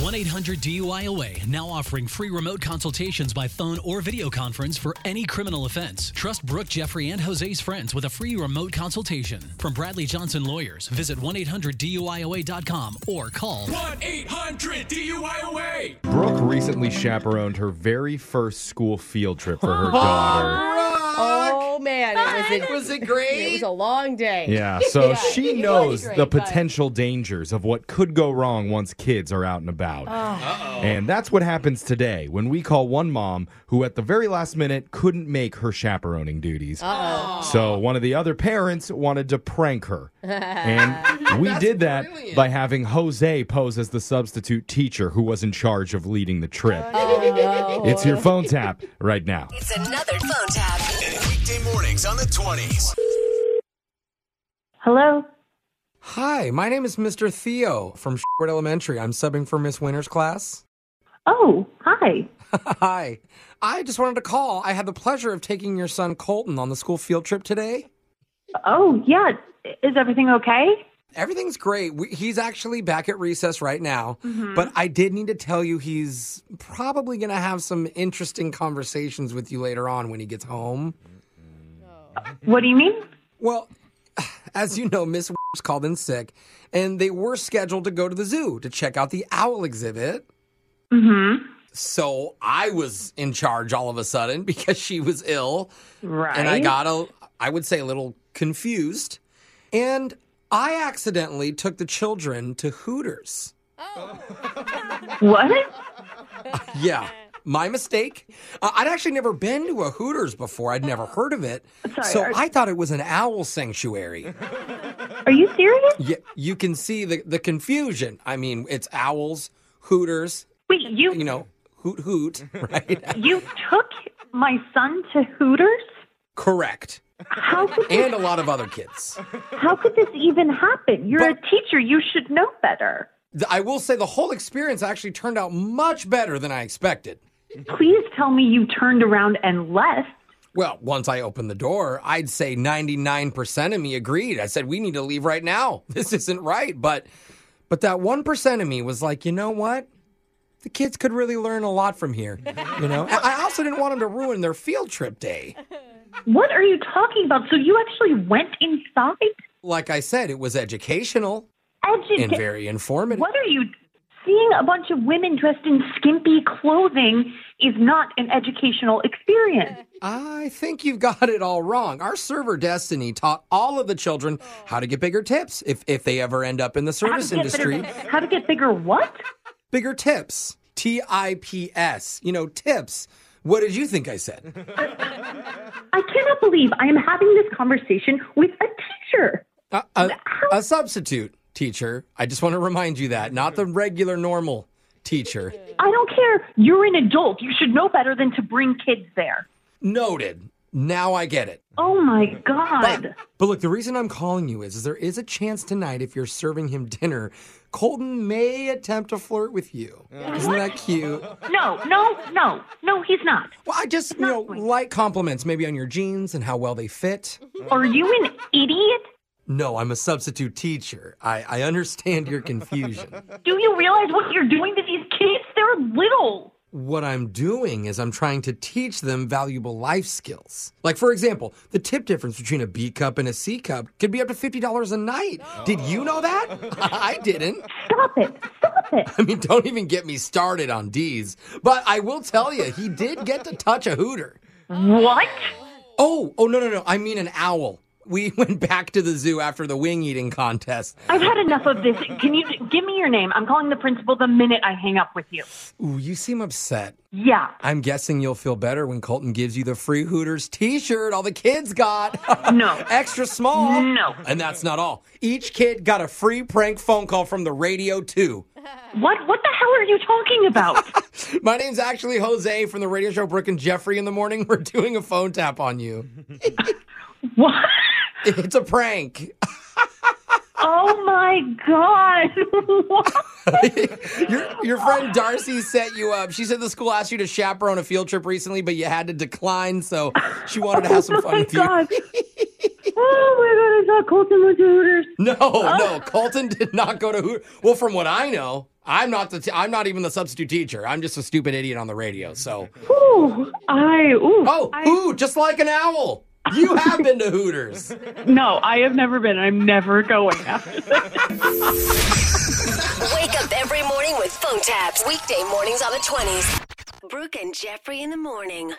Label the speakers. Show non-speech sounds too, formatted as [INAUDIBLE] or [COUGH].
Speaker 1: 1 800 DUIOA now offering free remote consultations by phone or video conference for any criminal offense. Trust Brooke, Jeffrey, and Jose's friends with a free remote consultation. From Bradley Johnson Lawyers, visit 1 800 DUIOA.com or call
Speaker 2: 1 800 DUIOA.
Speaker 3: Brooke recently chaperoned her very first school field trip for her daughter.
Speaker 4: Oh man, it was a,
Speaker 5: Was it great?
Speaker 4: it was a long day. [LAUGHS]
Speaker 3: Yeah, so
Speaker 4: Yeah,
Speaker 3: she
Speaker 4: it was
Speaker 3: knows
Speaker 4: great,
Speaker 3: the
Speaker 4: but-
Speaker 3: potential dangers of what could go wrong once kids are out and about.
Speaker 4: Oh.
Speaker 3: And that's what happens today when we call one mom who, at the very last minute, couldn't make her chaperoning duties. So one of the other parents wanted to prank her. And we did that
Speaker 5: brilliant.
Speaker 3: by having Jose pose as the substitute teacher who was in charge of leading the trip.
Speaker 4: Oh,
Speaker 3: It's your phone tap right now.
Speaker 6: It's another phone tap.
Speaker 7: Weekday mornings on the 20s.
Speaker 8: Hello.
Speaker 9: Hi, my name is Mr. Theo from Short Elementary. I'm subbing for Miss Winter's class. [LAUGHS]
Speaker 8: Oh, hi.
Speaker 9: Hi. I just wanted to call. I had the pleasure of taking your son Colton on the school field trip today.
Speaker 8: Oh, yeah. Is everything okay?
Speaker 9: Everything's great. We, he's actually back at recess right now, but I did need to tell you he's probably going to have some interesting conversations with you later on when he gets home.
Speaker 8: What do you mean?
Speaker 9: Well, [SIGHS] as you know, Miss called in sick, and they were scheduled to go to the zoo to check out the owl exhibit.
Speaker 8: Mm
Speaker 9: So I was in charge all of a sudden [LAUGHS] because she was ill.
Speaker 8: hmm. Right.
Speaker 9: And I got a, I would say, a little confused. And I accidentally took the children to Hooters.
Speaker 8: What? [LAUGHS]
Speaker 9: Yeah, my mistake. Uh, I'd actually never been to a Hooters before, I'd never heard of it.
Speaker 8: Sorry,
Speaker 9: so
Speaker 8: are-
Speaker 9: I thought it was an owl sanctuary.
Speaker 8: Are you serious?
Speaker 9: yeah, you can see the, the confusion. I mean, it's owls, Hooters,
Speaker 8: Wait, you
Speaker 9: you
Speaker 8: you,
Speaker 9: know, hoot hoot, right?
Speaker 8: took my son to Hooters?
Speaker 9: Correct.
Speaker 8: How could this,
Speaker 9: And a lot of other kids.
Speaker 8: how could this even happen? You're
Speaker 9: But-
Speaker 8: a teacher. You should know better.
Speaker 9: Th- I will say the whole experience actually turned out much better than I expected.
Speaker 8: Please tell me you turned around and left.
Speaker 9: Well, once I opened the door, I'd say 99% of me agreed. I said, we need to leave right now. [LAUGHS] This isn't right. But but that 1% of me was like, you know what? The kids could really learn a lot from here. You know? I I also didn't want them to ruin their field trip day.
Speaker 8: What are you talking about? So you actually went inside?
Speaker 9: Like I said, it was educational and
Speaker 8: Educate.
Speaker 9: very informative.
Speaker 8: What are you seeing? A bunch of women dressed in skimpy clothing is not an educational experience.
Speaker 9: I think you've got it all wrong. Our server Destiny taught all of the children how to get bigger tips if, if they ever end up in the
Speaker 8: Oh. How to
Speaker 9: [LAUGHS] service
Speaker 8: get bigger- [LAUGHS]
Speaker 9: industry.
Speaker 8: how to get bigger? What?
Speaker 9: Bigger tips. T I P S. You know, tips. What did you think
Speaker 8: [LAUGHS]
Speaker 9: I said?
Speaker 8: I cannot believe I am having this conversation with a teacher.
Speaker 9: A, a, a substitute teacher. I just want to remind you that, not the regular normal teacher.
Speaker 8: I don't care. You're an adult. You should know better than to bring kids there.
Speaker 9: Noted. Now I get it.
Speaker 8: Oh my God.
Speaker 9: But look, the reason I'm calling you is, is there is a chance tonight if you're serving him dinner, Colton may attempt to flirt with you. Isn't that cute?
Speaker 8: No, no, no, no, he's not.
Speaker 9: Well, I just, you know, light compliments maybe on your jeans and how well they fit.
Speaker 8: Are you an idiot?
Speaker 9: No, I'm a substitute teacher. I, I understand your confusion.
Speaker 8: Do you realize what you're doing to these kids? They're little.
Speaker 9: what I'm doing is I'm trying to teach them valuable life skills. Like, for example, the tip difference between a B cup and a C cup could be up to $50 a night. Did you know that? [LAUGHS] I didn't.
Speaker 8: Stop it. Stop it.
Speaker 9: [LAUGHS] I mean, don't even get me started on D's. But I will tell you, he did get to touch a hooter.
Speaker 8: What?
Speaker 9: Oh, oh, no, no, no. I mean an owl. We [LAUGHS] went back to the zoo after the wing eating contest.
Speaker 8: I've had enough of this. Can you give me your name? I'm calling the principal the minute I hang up with you.
Speaker 9: Ooh, you seem upset.
Speaker 8: Yeah.
Speaker 9: I'm guessing you'll feel better when Colton gives you the free Hooters t shirt all the kids got. [LAUGHS]
Speaker 8: No.
Speaker 9: Extra small.
Speaker 8: No.
Speaker 9: And that's not all. Each kid got a free prank phone call from the radio, too.
Speaker 8: What what the hell are you talking about?
Speaker 9: My name's actually Jose from the radio show Brooke and Jeffrey in the Morning. [LAUGHS] We're doing a phone tap on you.
Speaker 8: what?
Speaker 9: It's a prank.
Speaker 8: Oh my god. [LAUGHS] What?
Speaker 9: Your, your friend Darcy set you up. She said the school asked you to chaperone a field trip recently, but you had to decline, so she wanted to have some fun
Speaker 8: Oh my
Speaker 9: with you.
Speaker 8: gosh. Oh my god, I thought Colton was Hooters. [LAUGHS] Oh.
Speaker 9: No, no, Colton did not go to Hooters. Well, from what I know, I'm not the. T- I'm not even the substitute teacher. I'm just a stupid idiot on the radio. So,
Speaker 8: Ooh, I ooh.
Speaker 9: oh,
Speaker 8: I,
Speaker 9: ooh, just like an owl. You have been to Hooters.
Speaker 5: No, I have never been. I'm never going after this.
Speaker 6: Wake up every morning with phone taps. Weekday mornings on the 20s. Brooke and Jeffrey in the morning.